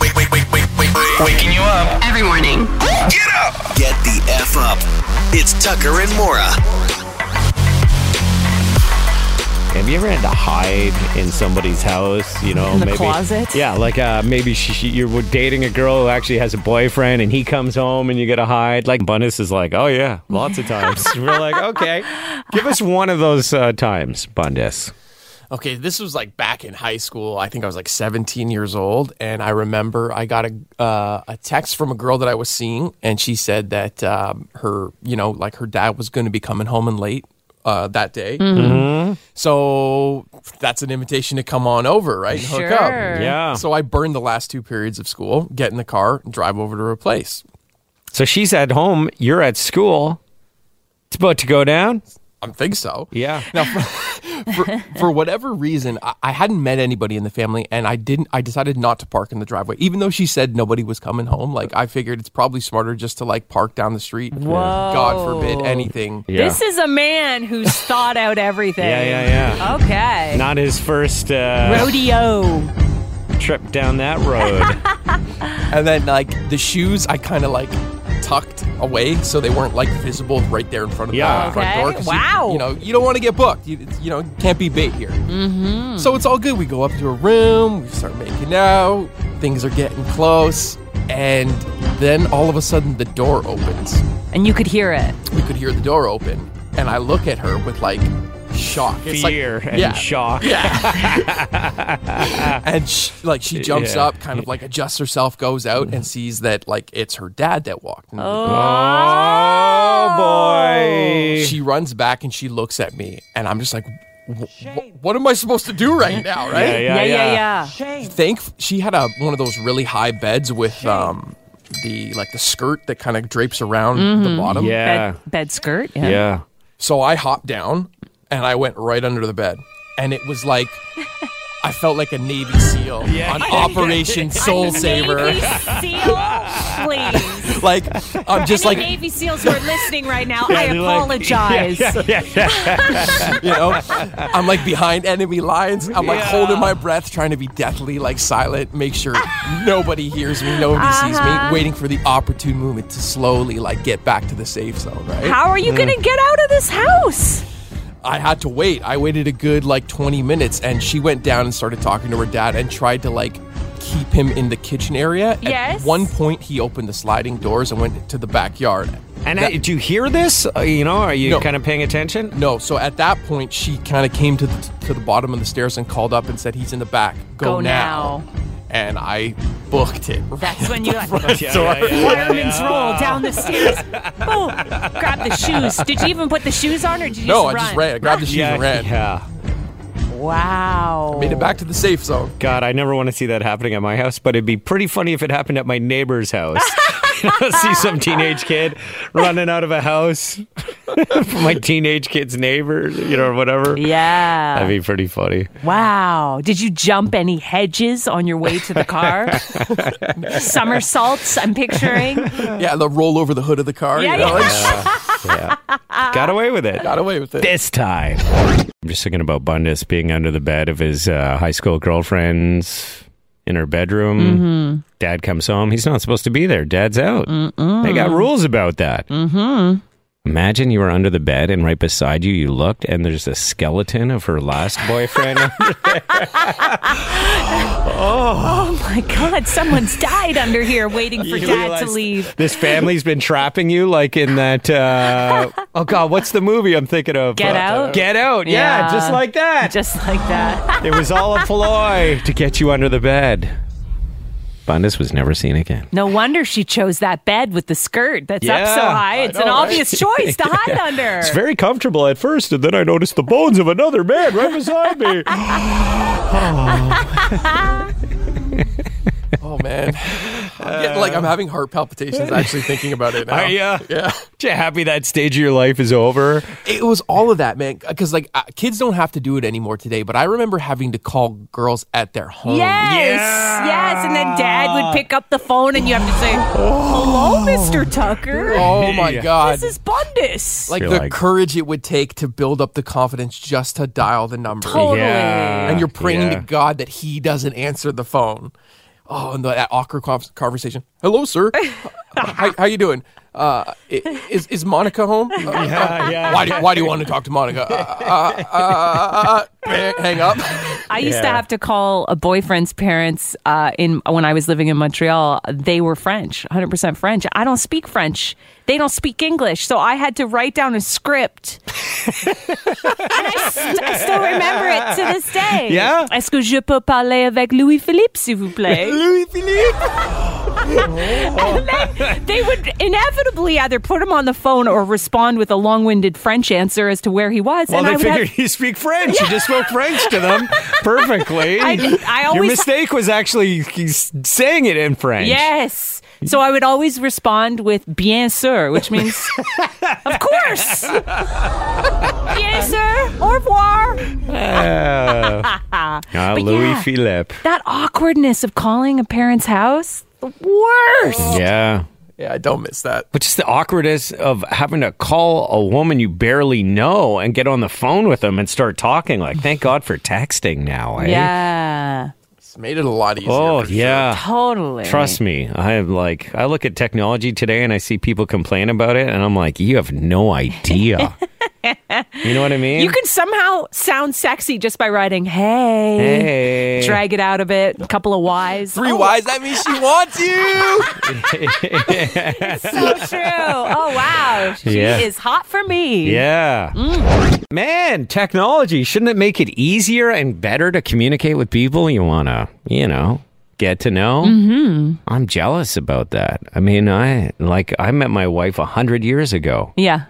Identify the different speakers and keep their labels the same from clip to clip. Speaker 1: wake, wake, wake, wake, wake, waking you up.
Speaker 2: Every morning.
Speaker 1: Get up. Get the F up. It's Tucker and Mora.
Speaker 3: Have you ever had to hide in somebody's house? You know,
Speaker 4: In the
Speaker 3: maybe
Speaker 4: closet?
Speaker 3: Yeah, like uh, maybe she, she, you're dating a girl who actually has a boyfriend, and he comes home, and you gotta hide. Like Bunnis is like, oh yeah, lots of times. We're like, okay, give us one of those uh, times, Bundes.
Speaker 5: Okay, this was like back in high school. I think I was like 17 years old, and I remember I got a uh, a text from a girl that I was seeing, and she said that um, her, you know, like her dad was going to be coming home and late uh, that day. So that's an invitation to come on over, right? And Hook up.
Speaker 4: Sure.
Speaker 3: Yeah. So,
Speaker 5: So I burned the last two periods of school, get in the car, and drive over to her place.
Speaker 3: she's at home, you're at school. It's about to go down.
Speaker 5: I think so.
Speaker 3: Yeah.
Speaker 5: Now, for, for, for whatever reason, I, I hadn't met anybody in the family, and I didn't. I decided not to park in the driveway, even though she said nobody was coming home. Like I figured, it's probably smarter just to like park down the street. God forbid anything.
Speaker 3: Yeah.
Speaker 4: This is a man who's thought out everything.
Speaker 3: yeah, yeah, yeah.
Speaker 4: Okay.
Speaker 3: Not his first uh,
Speaker 4: Rodeo.
Speaker 3: trip down that road.
Speaker 5: And then like the shoes, I kind of like tucked away so they weren't like visible right there in front of
Speaker 3: Yeah.
Speaker 5: the front
Speaker 4: Okay.
Speaker 5: door. 'cause you-
Speaker 4: Wow.
Speaker 5: You, know, you don't want to get booked. You, you know, can't be bait here. Mm-hmm. So it's all good. We go up to her room. We start making out. Things are getting close. And then all of a sudden the door opens.
Speaker 4: And you could hear it.
Speaker 5: We could hear the door open. And I look at her with like shock. It's like-
Speaker 3: Fear and
Speaker 5: yeah.
Speaker 3: shock.
Speaker 5: and sh like she jumps
Speaker 3: Yeah.
Speaker 5: up, kind of like adjusts herself, goes out, and sees that like it's her dad that walked. into the door.
Speaker 3: Oh
Speaker 4: Oh.
Speaker 3: boy.
Speaker 5: she runs back and she looks at me and i'm just like "Wh- wh- what am i supposed to do right now right
Speaker 4: Yeah, yeah, yeah.
Speaker 5: thank she had a one of those really high beds with um the like the skirt that kind of drapes around
Speaker 4: Mm-hmm.
Speaker 5: the bottom
Speaker 3: Yeah.
Speaker 4: Bed, bed skirt. Yeah.
Speaker 3: Yeah.
Speaker 5: so i hopped down and i went right under the bed and it was like i felt like a navy seal on operation soul saver
Speaker 4: Navy SEAL, please.
Speaker 5: like i'm just
Speaker 4: Any
Speaker 5: like
Speaker 4: Navy SEAls who are listening right now, I
Speaker 3: they're like-
Speaker 4: apologize.
Speaker 5: you know i'm like behind enemy lines i'm like holding my breath trying to be deathly like silent make sure nobody hears me nobody sees me waiting for the opportune moment to slowly like get back to the safe zone right
Speaker 4: How are you going to get out of this house?
Speaker 5: i had to wait i waited a good like 20 minutes and she went down and started talking to her dad and tried to like keep him in the kitchen area
Speaker 4: Yes.
Speaker 5: at one point he opened the sliding doors and went to the backyard
Speaker 3: And I, did you hear this? Uh, you know, are you
Speaker 5: No.
Speaker 3: kind of paying attention?
Speaker 5: no so at that point she kind of came to the, to the bottom of the stairs and called up and said he's in the back go,
Speaker 4: Go now."
Speaker 5: and i booked it
Speaker 4: That's when you like
Speaker 3: Yeah,
Speaker 4: fireman's roll down the stairs. Boom. Grab the shoes. Did you even put the shoes on or did you
Speaker 5: no i
Speaker 4: just run?
Speaker 5: just ran i grabbed the shoes
Speaker 3: Yeah,
Speaker 5: and ran
Speaker 3: yeah.
Speaker 4: Wow.
Speaker 5: made it back to the safe zone
Speaker 3: God, I never want to see that happening at my house, but it'd be pretty funny if it happened at my neighbor's house. You know, see some teenage kid running out of a house from my teenage kid's neighbor, you know, or whatever.
Speaker 4: Yeah.
Speaker 3: That'd be pretty funny.
Speaker 4: Wow. Did you jump any hedges on your way to the car? Somersaults, I'm picturing.
Speaker 5: yeah the roll over the hood of the car
Speaker 4: Yeah,
Speaker 5: you know,
Speaker 4: yeah.
Speaker 5: like,
Speaker 3: Yeah.
Speaker 4: Uh-huh.
Speaker 3: Got away with it.
Speaker 5: got away with it
Speaker 3: this time. I'm just thinking about Bundes being under the bed of his uh, high school girlfriend's in her bedroom.
Speaker 4: Mm-hmm.
Speaker 3: Dad comes home. He's not supposed to be there. Dad's out. They got rules about that. Mm-hmm. Imagine you were under the bed and right beside you, you looked and there's a skeleton of her last boyfriend.
Speaker 4: Oh my God, someone's died under here waiting for
Speaker 3: You
Speaker 4: dad to
Speaker 3: realize
Speaker 4: leave.
Speaker 3: this family's been trapping you like in that. Uh, oh God, what's the movie I'm thinking of?
Speaker 4: Get
Speaker 3: Uh,
Speaker 4: Out?
Speaker 3: Get out. Yeah,
Speaker 4: Yeah.
Speaker 3: just like that.
Speaker 4: Just like that.
Speaker 3: It was all a ploy to get you under the bed. Bundes was never seen again.
Speaker 4: No wonder she chose that bed with the skirt that's up so
Speaker 3: Yeah,
Speaker 4: high.
Speaker 3: I
Speaker 4: It's
Speaker 3: know,
Speaker 4: an
Speaker 3: right?
Speaker 4: obvious choice to hide under.
Speaker 3: It's very comfortable at first, and then I noticed the bones of another man right beside me.
Speaker 5: oh man I'm getting, like I'm having heart palpitations actually thinking about it now.
Speaker 3: Are ya?
Speaker 5: Yeah.
Speaker 3: You uh, happy that stage of your life is over?
Speaker 5: It was all of that, man. Because like uh, kids don't have to do it anymore today, but I remember having to call girls at their home.
Speaker 4: Yes, yes. And then dad would pick up the phone and you have to say,
Speaker 3: Oh.
Speaker 4: Hello, Mr. Tucker.
Speaker 5: Oh my god.
Speaker 4: This is Bundus.
Speaker 5: like
Speaker 3: You're
Speaker 5: the
Speaker 3: like-
Speaker 5: courage it would take to build up the confidence just to dial the number.
Speaker 4: Totally.
Speaker 3: Yeah.
Speaker 5: And you're praying
Speaker 3: yeah.
Speaker 5: to God that he doesn't answer the phone. Oh, and the, that awkward conf- conversation. Hello, sir. how, how you doing? Uh, i- is is Monica home? Uh, uh,
Speaker 3: yeah.
Speaker 5: Why do why do you want to talk to Monica? Uh, uh, uh, uh, uh, hang up.
Speaker 4: I used to
Speaker 3: Yeah.
Speaker 4: have to call a boyfriend's parents uh, in when I was living in Montreal. They were French, 100% French. I don't speak French. They don't speak English. So I had to write down a script. and I, st- I still remember it to this day.
Speaker 3: Yeah?
Speaker 4: Est-ce que je peux parler avec Louis-Philippe, s'il vous plaît? they would inevitably either put him on the phone or respond with a long-winded French answer as to where he was.
Speaker 3: Well,
Speaker 4: and I
Speaker 3: they
Speaker 4: would have-
Speaker 3: figured you speak French. You just spoke French to them perfectly.
Speaker 4: I did- I
Speaker 3: Your
Speaker 4: always-
Speaker 3: mistake was actually he's saying it in French.
Speaker 4: Yes. So I would always respond with bien sûr, which means of course. bien sûr, au revoir.
Speaker 3: Uh, ah,
Speaker 4: But
Speaker 3: Louis
Speaker 4: yeah.
Speaker 3: Philippe.
Speaker 4: That awkwardness of calling a parent's house, the worst.
Speaker 3: Yeah.
Speaker 5: Yeah, I don't miss that.
Speaker 3: But just the awkwardness of having to call a woman you barely know and get on the phone with them and start talking. Like, thank God for texting now. Eh?
Speaker 4: Yeah.
Speaker 5: It's made it a lot easier.
Speaker 3: Oh,
Speaker 5: for sure.
Speaker 3: yeah.
Speaker 4: Totally.
Speaker 3: Trust me, I have like I look at technology today and I see people complain about it and I'm like, you have no idea. you know what I mean?
Speaker 4: You can somehow sound sexy just by writing hey,
Speaker 3: hey.
Speaker 4: drag it out a bit, a couple of Y's.
Speaker 5: Three wise. That means she wants you.
Speaker 4: So true. Oh wow. She
Speaker 3: Yeah.
Speaker 4: is hot for me.
Speaker 3: Yeah. Man, technology, shouldn't it make it easier and better to communicate with people you want to, you know, get to know? Mm-hmm. I'm jealous about that. I mean, I like I met my wife 100 years ago,
Speaker 4: Yeah.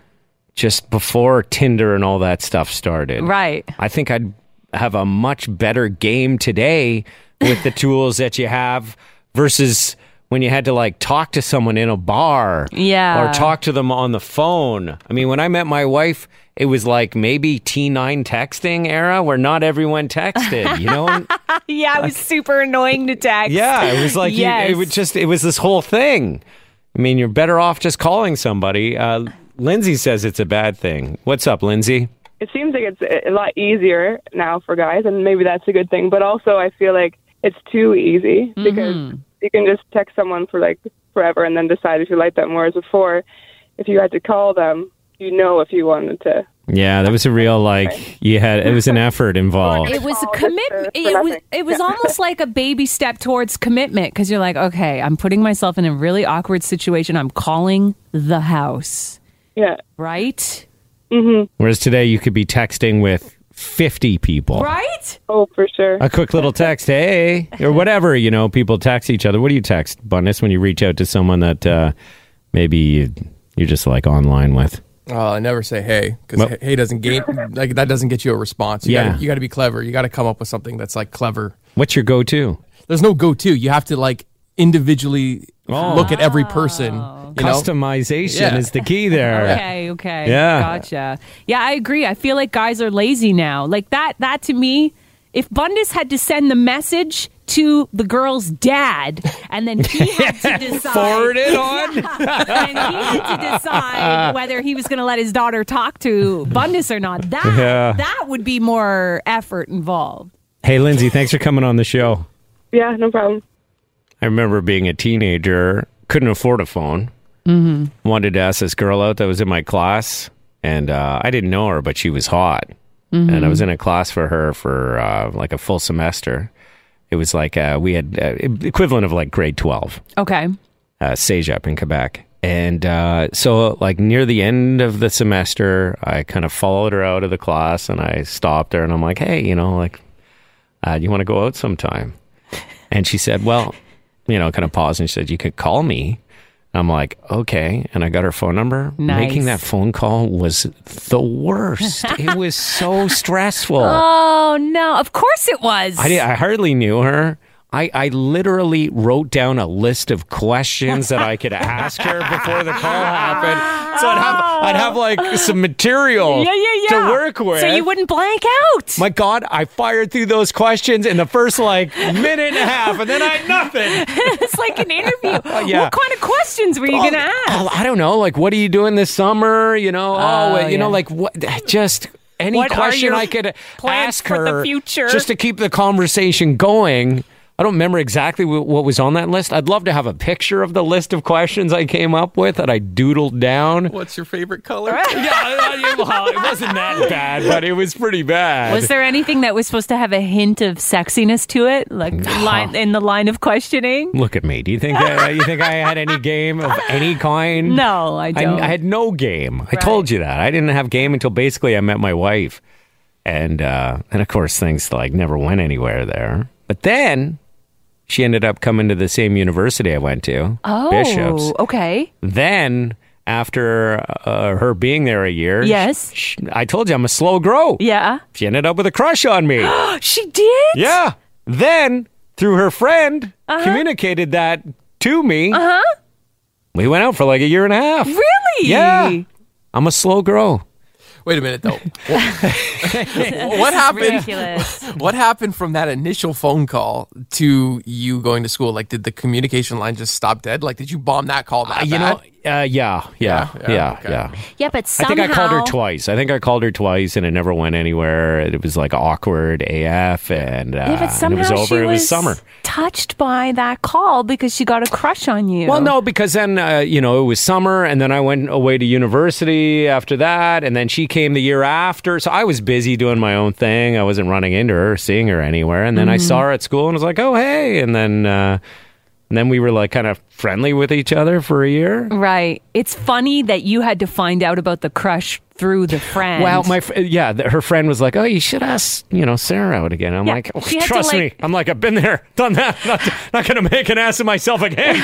Speaker 3: just before Tinder and all that stuff started.
Speaker 4: Right.
Speaker 3: I think I'd have a much better game today with the tools that you have versus when you had to like talk to someone in a bar
Speaker 4: Yeah.
Speaker 3: or talk to them on the phone. I mean, when I met my wife, it was like maybe T9 texting era where not everyone texted, you know?
Speaker 4: Yeah, it was super annoying to text.
Speaker 3: yeah, it was like, you,
Speaker 4: Yes.
Speaker 3: it was just, it was this whole thing. I mean, you're better off just calling somebody. Uh, Lindsay says it's a bad thing. What's up, Lindsay?
Speaker 6: it seems like it's a- a lot easier now for guys, and maybe that's a good thing. But also, I feel like it's too easy because you can just text someone for like forever and then decide if you like them. Whereas before, if you had to call them, you know if you wanted to.
Speaker 3: Yeah, that was a real like you had it was an effort involved.
Speaker 4: It was a
Speaker 6: Oh, just
Speaker 4: commitment.
Speaker 6: for-
Speaker 4: It
Speaker 6: for
Speaker 4: was
Speaker 6: nothing.
Speaker 4: it was almost like a baby step towards commitment because you're like, okay, I'm putting myself in a really awkward situation. I'm calling the house,
Speaker 6: Yeah,
Speaker 4: right?
Speaker 3: Whereas today you could be texting with 50 people.
Speaker 4: Right?
Speaker 6: oh for sure.
Speaker 3: A quick little text, hey, or whatever, you know, people text each other. What do you text, Bundes, when you reach out to someone that uh, maybe you, you're just like online with?
Speaker 5: Oh, I never say hey because
Speaker 3: Well-
Speaker 5: hey doesn't gain like that doesn't get you a response. You
Speaker 3: Yeah.
Speaker 5: gotta, you got to be clever. You got to come up with something that's like clever.
Speaker 3: What's your go to?
Speaker 5: There's no go-to. You have to like individually
Speaker 3: Oh.
Speaker 5: look at every person. You know?
Speaker 3: Customization
Speaker 5: Yeah.
Speaker 3: is the key there.
Speaker 4: Okay, okay.
Speaker 3: Yeah.
Speaker 4: Gotcha. Yeah, I agree. I feel like guys are lazy now. Like that that to me, if Bundus had to send the message to the girl's dad and then he had to decide
Speaker 3: Forward it on.
Speaker 4: and he had to decide whether he was going to let his daughter talk to Bundus or not. That
Speaker 3: Yeah.
Speaker 4: that would be more effort involved.
Speaker 3: Hey, Lindsay, thanks for coming on the show.
Speaker 6: Yeah, no problem.
Speaker 3: I remember being a teenager, couldn't afford a phone. Mm-hmm. Wanted to ask this girl out that was in my class, and uh, I didn't know her, but she was hot. And I was in a class for her for uh, like a full semester. It was like uh, we had uh, equivalent of like grade twelve
Speaker 4: Okay.
Speaker 3: uh, Sejap in Quebec. And uh, so, like near the end of the semester, I kind of followed her out of the class, and I stopped her, and I'm like, "Hey, you know, like, uh, you want to go out sometime?" And she said, "Well, you know," kind of paused, and she said, "You could call me." And I'm like, "Okay," and I got her phone number.
Speaker 4: Nice.
Speaker 3: Making that phone call was the worst. it was so stressful.
Speaker 4: Oh no! Of course it was.
Speaker 3: I, did, I hardly knew her. I, I literally wrote down a list of questions that I could ask her before the call happened. So I'd have I'd have like some material
Speaker 4: Yeah, yeah, yeah.
Speaker 3: to work with.
Speaker 4: So you wouldn't blank out.
Speaker 3: My God, I fired through those questions in the first like minute and a half, and then I had nothing.
Speaker 4: it's like an interview.
Speaker 3: Yeah.
Speaker 4: What kind of questions were you going to ask?
Speaker 3: Oh, I don't know. Like, what are you doing this summer? You know, oh,
Speaker 4: Oh,
Speaker 3: you know,
Speaker 4: yeah.
Speaker 3: like what? Just any
Speaker 4: What are
Speaker 3: question
Speaker 4: your
Speaker 3: I could
Speaker 4: plans
Speaker 3: ask
Speaker 4: for the
Speaker 3: her
Speaker 4: future?
Speaker 3: just to keep the conversation going. I don't remember exactly wh- what was on that list. I'd love to have a picture of the list of questions I came up with that I doodled down.
Speaker 5: What's your favorite color?
Speaker 3: yeah, I- I- well, it wasn't that bad, but it was pretty bad.
Speaker 4: Was there anything that was supposed to have a hint of sexiness to it, like line, in the line of questioning?
Speaker 3: Look at me. Do you think that, you think I had any game of any kind?
Speaker 4: No, I
Speaker 3: Mm. I,
Speaker 4: don't.
Speaker 3: I had no game. I told you that. I didn't have game until basically I met my wife, and uh, and of course things like never went anywhere there. But then she ended up coming to the same university I went to,
Speaker 4: oh,
Speaker 3: Bishops.
Speaker 4: okay.
Speaker 3: Then after uh, her being there a year,
Speaker 4: Yes.
Speaker 3: sh- I told you I'm a slow grow.
Speaker 4: Yeah.
Speaker 3: She ended up with a crush on me.
Speaker 4: She did?
Speaker 3: Yeah. Then, through her friend,
Speaker 4: Uh-huh.
Speaker 3: communicated that to me. Uh huh. We went out for like a year and a half.
Speaker 4: Really?
Speaker 3: Yeah. I'm a slow grow.
Speaker 5: Wait a minute though. What, what happened?
Speaker 4: Ridiculous.
Speaker 5: What happened from that initial phone call to you going to school? Like, did the communication line just stop dead? Like, did you bomb that call? That
Speaker 3: you know,
Speaker 5: bad?
Speaker 3: uh, yeah, yeah, yeah,
Speaker 5: yeah,
Speaker 3: yeah.
Speaker 5: okay.
Speaker 4: yeah, but
Speaker 3: I
Speaker 4: somehow.
Speaker 3: think I called her twice. I think I called her twice, and it never went anywhere. It was like awkward AF, and, uh,
Speaker 4: Yeah, but
Speaker 3: and
Speaker 4: somehow
Speaker 3: it was over.
Speaker 4: she
Speaker 3: it was summer.
Speaker 4: touched by that call because she got a crush on you.
Speaker 3: Well, no, because then uh, you know it was summer, and then I went away to university after that, and then she came the year after. So I was busy doing my own thing. I wasn't running into her, seeing her anywhere, and then I
Speaker 4: Mm-hmm.
Speaker 3: saw her at school and was like, "Oh, hey!" And then uh, and then we were like kind of friendly with each other for a year.
Speaker 4: Right. It's funny that you had to find out about the crush through the friend.
Speaker 3: Well, my fr- yeah, th- her friend was like, "Oh, you should ask you know Sarah out again." I'm
Speaker 4: Yeah,
Speaker 3: like, "Oh,
Speaker 4: she had to,
Speaker 3: "Trust me,"
Speaker 4: like-
Speaker 3: I'm like, "I've been there, done that. Not, not gonna make an ass of myself again."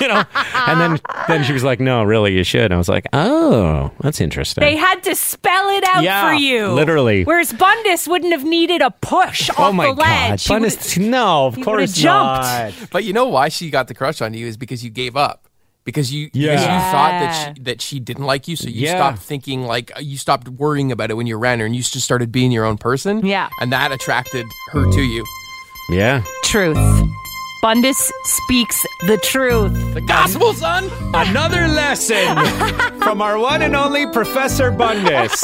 Speaker 3: you know, and then then she was like, "No, really, you should." And I was like, "Oh, that's interesting."
Speaker 4: They had to spell it out
Speaker 3: Yeah,
Speaker 4: for you.
Speaker 3: literally.
Speaker 4: Whereas Bundus wouldn't have needed a push
Speaker 3: oh
Speaker 4: off
Speaker 3: my
Speaker 4: the ledge. He
Speaker 3: god, Fun
Speaker 4: would've-
Speaker 3: is- no, of
Speaker 4: he would've
Speaker 3: course
Speaker 4: jumped.
Speaker 3: not.
Speaker 5: But you know why she got the crush on you is because you gave up. Because you, because you
Speaker 3: Yeah.
Speaker 5: thought that she, that she didn't like you, so you
Speaker 3: Yeah.
Speaker 5: stopped thinking like uh, you stopped worrying about it when you ran her, and you just started being your own person.
Speaker 4: Yeah.
Speaker 5: and that attracted her to you.
Speaker 3: Yeah,
Speaker 4: truth. Bundus speaks the truth.
Speaker 5: The gospel, son.
Speaker 3: another lesson from our one and only Professor Bundus.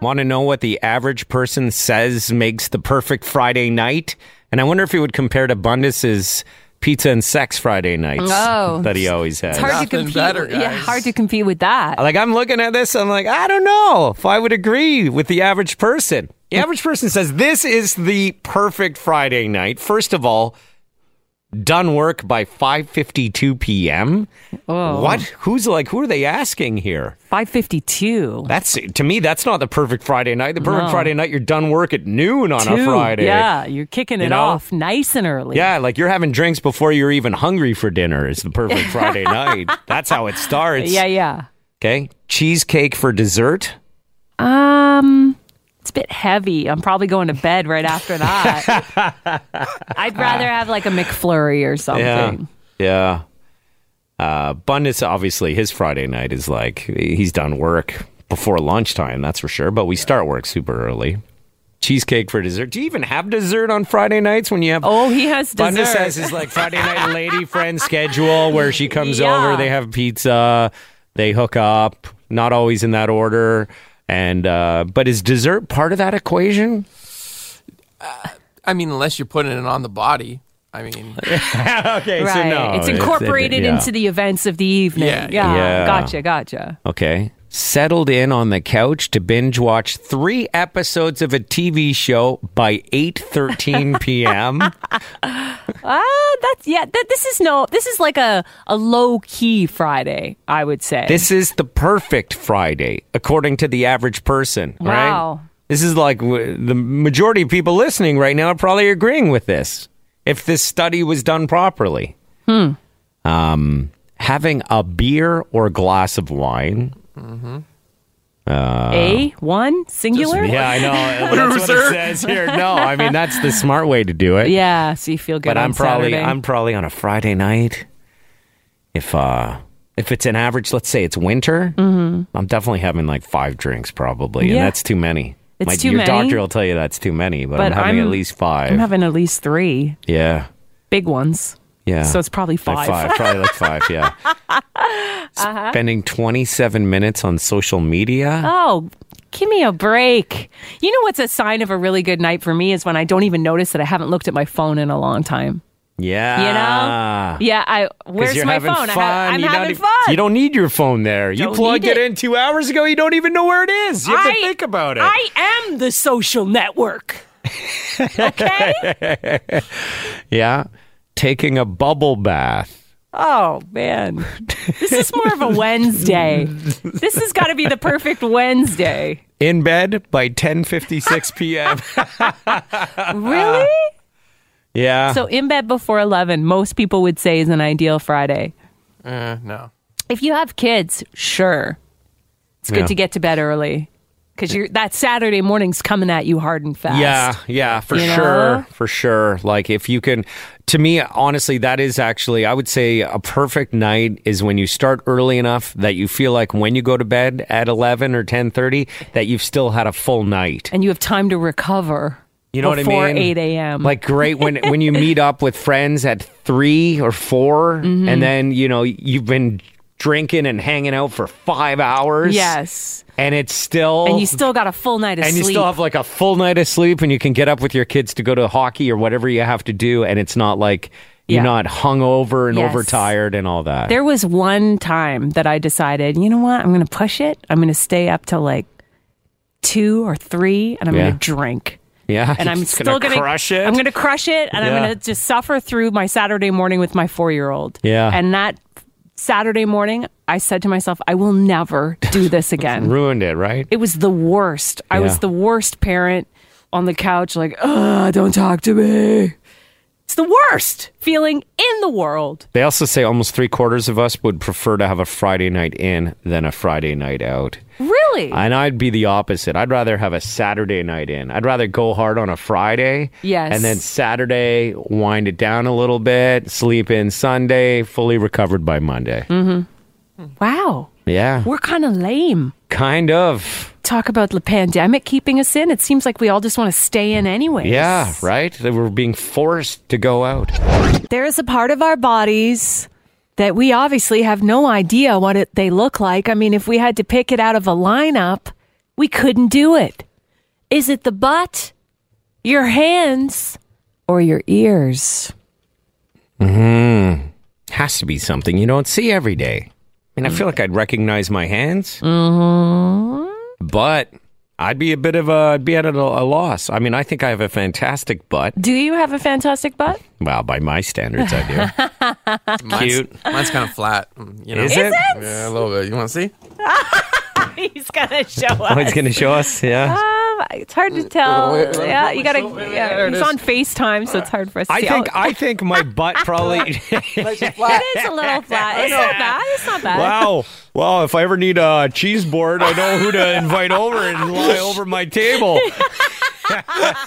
Speaker 3: Want to know what the average person says makes the perfect Friday night? And I wonder if he would compare to Bundus's pizza and sex Friday nights
Speaker 4: Oh.
Speaker 3: that he always has.
Speaker 4: It's hard to
Speaker 5: Nothing
Speaker 4: compete.
Speaker 5: better,
Speaker 4: with- Yeah,
Speaker 5: guys.
Speaker 4: hard to compete with that.
Speaker 3: Like I'm looking at this, I'm like, I don't know if I would agree with the average person. The average person says this is the perfect Friday night. First of all, done work by 5:52 p.m.
Speaker 4: Oh.
Speaker 3: What? Who's like? Who are they asking here?
Speaker 4: Five fifty-two.
Speaker 3: That's to me. That's not the perfect Friday night. The perfect
Speaker 4: No.
Speaker 3: Friday night, you're done work at noon on a Friday.
Speaker 4: Yeah, you're kicking
Speaker 3: You
Speaker 4: it
Speaker 3: know?
Speaker 4: off nice and early.
Speaker 3: Yeah, like you're having drinks before you're even hungry for dinner. Is the perfect Friday night. That's how it starts.
Speaker 4: Yeah, yeah.
Speaker 3: Okay. Cheesecake for dessert.
Speaker 4: Um, it's a bit heavy. I'm probably going to bed right after that. I'd rather have like a McFlurry or something.
Speaker 3: Yeah. Yeah. Uh, Bundus, obviously, his Friday night is like he's done work before lunchtime, that's for sure. But we start work super early. Cheesecake for dessert. Do you even have dessert on Friday nights when you have?
Speaker 4: Oh, he has dessert.
Speaker 3: Bundus has his like Friday night lady friend schedule where she comes
Speaker 4: Yeah.
Speaker 3: over, they have pizza, they hook up, not always in that order. And uh, but is dessert part of that equation?
Speaker 5: I mean, unless you're putting it on the body. I mean,
Speaker 3: okay,
Speaker 4: right. it's incorporated
Speaker 3: yeah.
Speaker 4: into the events of the evening.
Speaker 5: Yeah.
Speaker 3: Yeah.
Speaker 4: Gotcha. Gotcha.
Speaker 3: Okay. Settled in on the couch to binge watch three episodes of a TV show by 8.13 p.m.
Speaker 4: Ah, that's yeah. That this is no. This is like a a low key Friday. I would say.
Speaker 3: this is the perfect Friday, according to the average person, right?
Speaker 4: Wow.
Speaker 3: This is like w- the majority of people listening right now are probably agreeing with this. If this study was done properly.
Speaker 4: Hmm.
Speaker 3: Um, having a beer or glass of wine.
Speaker 4: A one singular.
Speaker 3: Yeah, I know. That's what it
Speaker 5: Loser.
Speaker 3: says here. No, I mean that's the smart way to do it.
Speaker 4: Yeah, so you feel good.
Speaker 3: but
Speaker 4: on
Speaker 3: I'm probably
Speaker 4: Saturday.
Speaker 3: I'm probably on a Friday night. If uh if it's an average, let's say it's winter, I'm definitely having like five drinks probably,
Speaker 4: Yeah.
Speaker 3: and that's too many.
Speaker 4: It's
Speaker 3: My,
Speaker 4: too
Speaker 3: your
Speaker 4: many.
Speaker 3: doctor will tell you that's too many, but, I'm
Speaker 4: But
Speaker 3: having
Speaker 4: I'm-
Speaker 3: at least 5
Speaker 4: I'm having at least three
Speaker 3: yeah,
Speaker 4: big ones.
Speaker 3: yeah.
Speaker 4: So it's probably
Speaker 3: Like
Speaker 4: five.
Speaker 3: probably like five. Yeah. Uh-huh. Spending 27 minutes on social media.
Speaker 4: Oh, give me a break. You know what's a sign of a really good night for me is when I don't even notice that I haven't looked at my phone in a long time.
Speaker 3: yeah.
Speaker 4: You know? Yeah, I where's
Speaker 3: Ah. you're e-
Speaker 4: my
Speaker 3: having
Speaker 4: phone?
Speaker 3: Fun.
Speaker 4: I am
Speaker 3: You don't
Speaker 4: having
Speaker 3: even-
Speaker 4: fun.
Speaker 3: You don't need your phone there. You
Speaker 4: Don't
Speaker 3: plugged
Speaker 4: need
Speaker 3: it.
Speaker 4: it.
Speaker 3: in two hours ago. You don't even know where it is. You have to think about it.
Speaker 4: I am the social network. okay?
Speaker 3: yeah. Taking a bubble bath.
Speaker 4: Oh man. This is more of a Wednesday. This has got to be the perfect Wednesday.
Speaker 3: In bed by 10:56 p.m. Uh,
Speaker 4: Really?
Speaker 3: yeah.
Speaker 4: So in bed before 11, most people would say is an ideal Friday.
Speaker 5: Eh, no.
Speaker 4: If you have kids, sure. It's good
Speaker 3: Yeah.
Speaker 4: to get to bed early cuz you're that Saturday morning's coming at you hard and fast.
Speaker 3: Yeah, yeah, for
Speaker 4: You know?
Speaker 3: sure, for sure. Like if you can, to me, honestly, that is actually, I would say, a perfect night is when you start early enough that you feel like when you go to bed at eleven or ten thirty that you've still had a full night.
Speaker 4: And you have time to recover.
Speaker 3: You know
Speaker 4: before
Speaker 3: what I mean?
Speaker 4: 8 a.m.
Speaker 3: Like great when when you meet up with friends at three or 4
Speaker 4: Mm-hmm.
Speaker 3: and then you know you've been drinking and hanging out for five hours.
Speaker 4: yes.
Speaker 3: and it's still
Speaker 4: And you still got a full night of
Speaker 3: and
Speaker 4: sleep.
Speaker 3: you still have like a full night of sleep and you can get up with your kids to go to hockey or whatever you have to do and it's not like you're
Speaker 4: Yeah.
Speaker 3: not hungover and
Speaker 4: Yes.
Speaker 3: overtired and all that.
Speaker 4: There was one time that I decided, you know what? I'm going to push it. I'm going to stay up till like two or three, and I'm
Speaker 3: Yeah.
Speaker 4: going to drink.
Speaker 3: yeah.
Speaker 4: And I'm
Speaker 3: Just
Speaker 4: still going to
Speaker 3: crush it.
Speaker 4: I'm going to crush it, and
Speaker 3: Yeah.
Speaker 4: I'm going to just suffer through my Saturday morning with my four year old.
Speaker 3: Yeah.
Speaker 4: And that Saturday morning, I said to myself, I will never do this again.
Speaker 3: ruined it, right?
Speaker 4: It was the worst. I
Speaker 3: Yeah.
Speaker 4: was the worst parent on the couch, like, oh, don't talk to me. It's the worst feeling in the world.
Speaker 3: They also say almost three quarters of us would prefer to have a Friday night in than a Friday night out.
Speaker 4: Really?
Speaker 3: And I'd be the opposite. I'd rather have a Saturday night in. I'd rather go hard on a Friday.
Speaker 4: Yes.
Speaker 3: And then Saturday, wind it down a little bit, sleep in Sunday, fully recovered by Monday.
Speaker 4: wow.
Speaker 3: Yeah.
Speaker 4: We're kind of lame.
Speaker 3: Kind of.
Speaker 4: Talk about the pandemic keeping us in. It seems like we all just want to stay in anyway.
Speaker 3: Yeah, right? They were being forced to go out.
Speaker 4: There is a part of our bodies that we obviously have no idea what it, they look like. I mean, if we had to pick it out of a lineup, we couldn't do it. Is it the butt, your hands, or your ears?
Speaker 3: Has to be something you don't see every day. I mean, I feel like I'd recognize my hands. But I'd be a bit of a, I'd be at a, a loss. I mean, I think I have a fantastic butt.
Speaker 4: Do you have a fantastic butt?
Speaker 3: Well, by my standards, I do. Cute.
Speaker 5: Mine's kind of flat. mm, You know?
Speaker 3: Is it?
Speaker 5: Yeah, a little bit. You want to see?
Speaker 4: He's gonna show
Speaker 3: Oh,
Speaker 4: us.
Speaker 3: he's going to show us. Yeah.
Speaker 4: Um, it's hard to tell.
Speaker 5: wait, wait,
Speaker 4: yeah,
Speaker 5: wait,
Speaker 4: you gotta.
Speaker 5: wait, wait,
Speaker 4: yeah,
Speaker 5: there it
Speaker 4: he's
Speaker 5: is.
Speaker 4: on Facetime, so it's hard for us. to
Speaker 3: I
Speaker 4: see.
Speaker 3: think,
Speaker 4: Oh,
Speaker 3: I think my butt probably.
Speaker 4: it is a little flat. It's not bad. It's not bad.
Speaker 3: Wow. Well, if I ever need a cheese board, I know who to invite over and lie over my table. if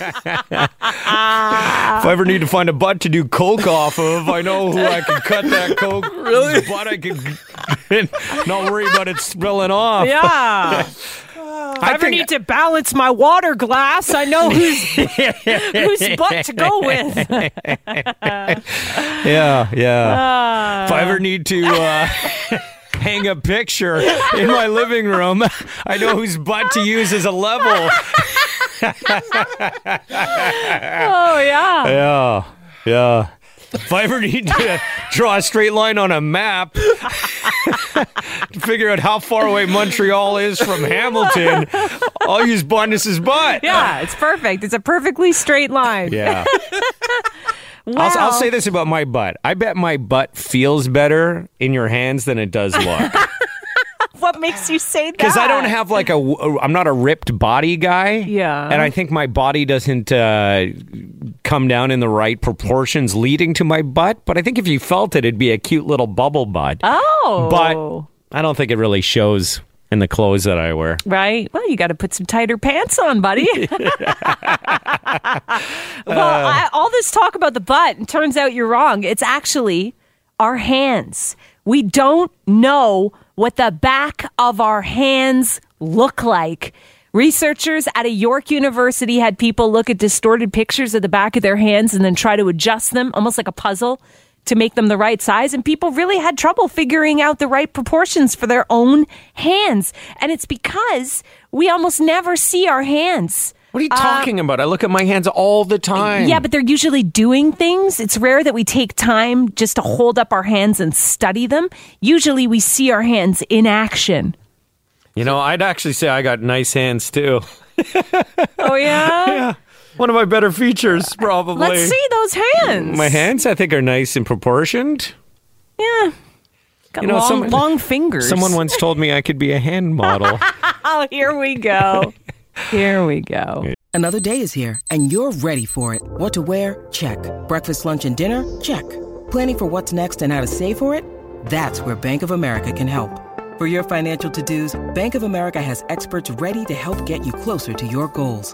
Speaker 3: I ever need to find a butt to do coke off of, I know who I can cut that coke. Really? But I can not worry about it spilling off.
Speaker 4: Yeah. If I ever
Speaker 3: think-
Speaker 4: need to balance my water glass, I know who's whose butt to go with.
Speaker 3: Yeah, yeah.
Speaker 4: Ah.
Speaker 3: if I ever need to uh, hang a picture in my living room, I know whose butt to use as a level.
Speaker 4: Oh yeah.
Speaker 3: Yeah, yeah. If I ever need to draw a straight line on a map to figure out how far away Montreal is from Hamilton, I'll use Bondus's butt.
Speaker 4: Yeah, it's perfect. It's a perfectly straight line.
Speaker 3: Yeah.
Speaker 4: Wow.
Speaker 3: I'll, I'll say this about my butt. I bet my butt feels better in your hands than it does look.
Speaker 4: what makes you say that?
Speaker 3: Because I don't have like a, w- I'm not a ripped body guy.
Speaker 4: Yeah.
Speaker 3: And I think my body doesn't uh, come down in the right proportions leading to my butt. But I think if you felt it, it'd be a cute little bubble butt.
Speaker 4: Oh.
Speaker 3: but I don't think it really shows and the clothes that I wear.
Speaker 4: Right. Well, you got to put some tighter pants on, buddy. well, I, all this talk about the butt, and turns out you're wrong. It's actually our hands. We don't know what the back of our hands look like. Researchers at a York university had people look at distorted pictures of the back of their hands and then try to adjust them, almost like a puzzle, to make them the right size. And people really had trouble figuring out the right proportions for their own hands. And it's because we almost never see our hands.
Speaker 3: What are you talking about? I look at my hands all the time.
Speaker 4: Uh, Yeah, but they're usually doing things. It's rare that we take time just to hold up our hands and study them. Usually we see our hands in action.
Speaker 3: you know, I'd actually say I got nice hands too.
Speaker 4: Oh, yeah?
Speaker 3: One of my better features, probably.
Speaker 4: Let's see those hands.
Speaker 3: My hands, I think, are nice and proportioned.
Speaker 4: Yeah. Got
Speaker 3: You know,
Speaker 4: long,
Speaker 3: some-
Speaker 4: long fingers.
Speaker 3: Someone once told me I could be a hand model.
Speaker 4: Oh, here we go. here we go.
Speaker 7: Another day is here, and you're ready for it. What to wear? Check. Breakfast, lunch, and dinner? Check. Planning for what's next and how to save for it? That's where Bank of America can help. For your financial to-dos, Bank of America has experts ready to help get you closer to your goals.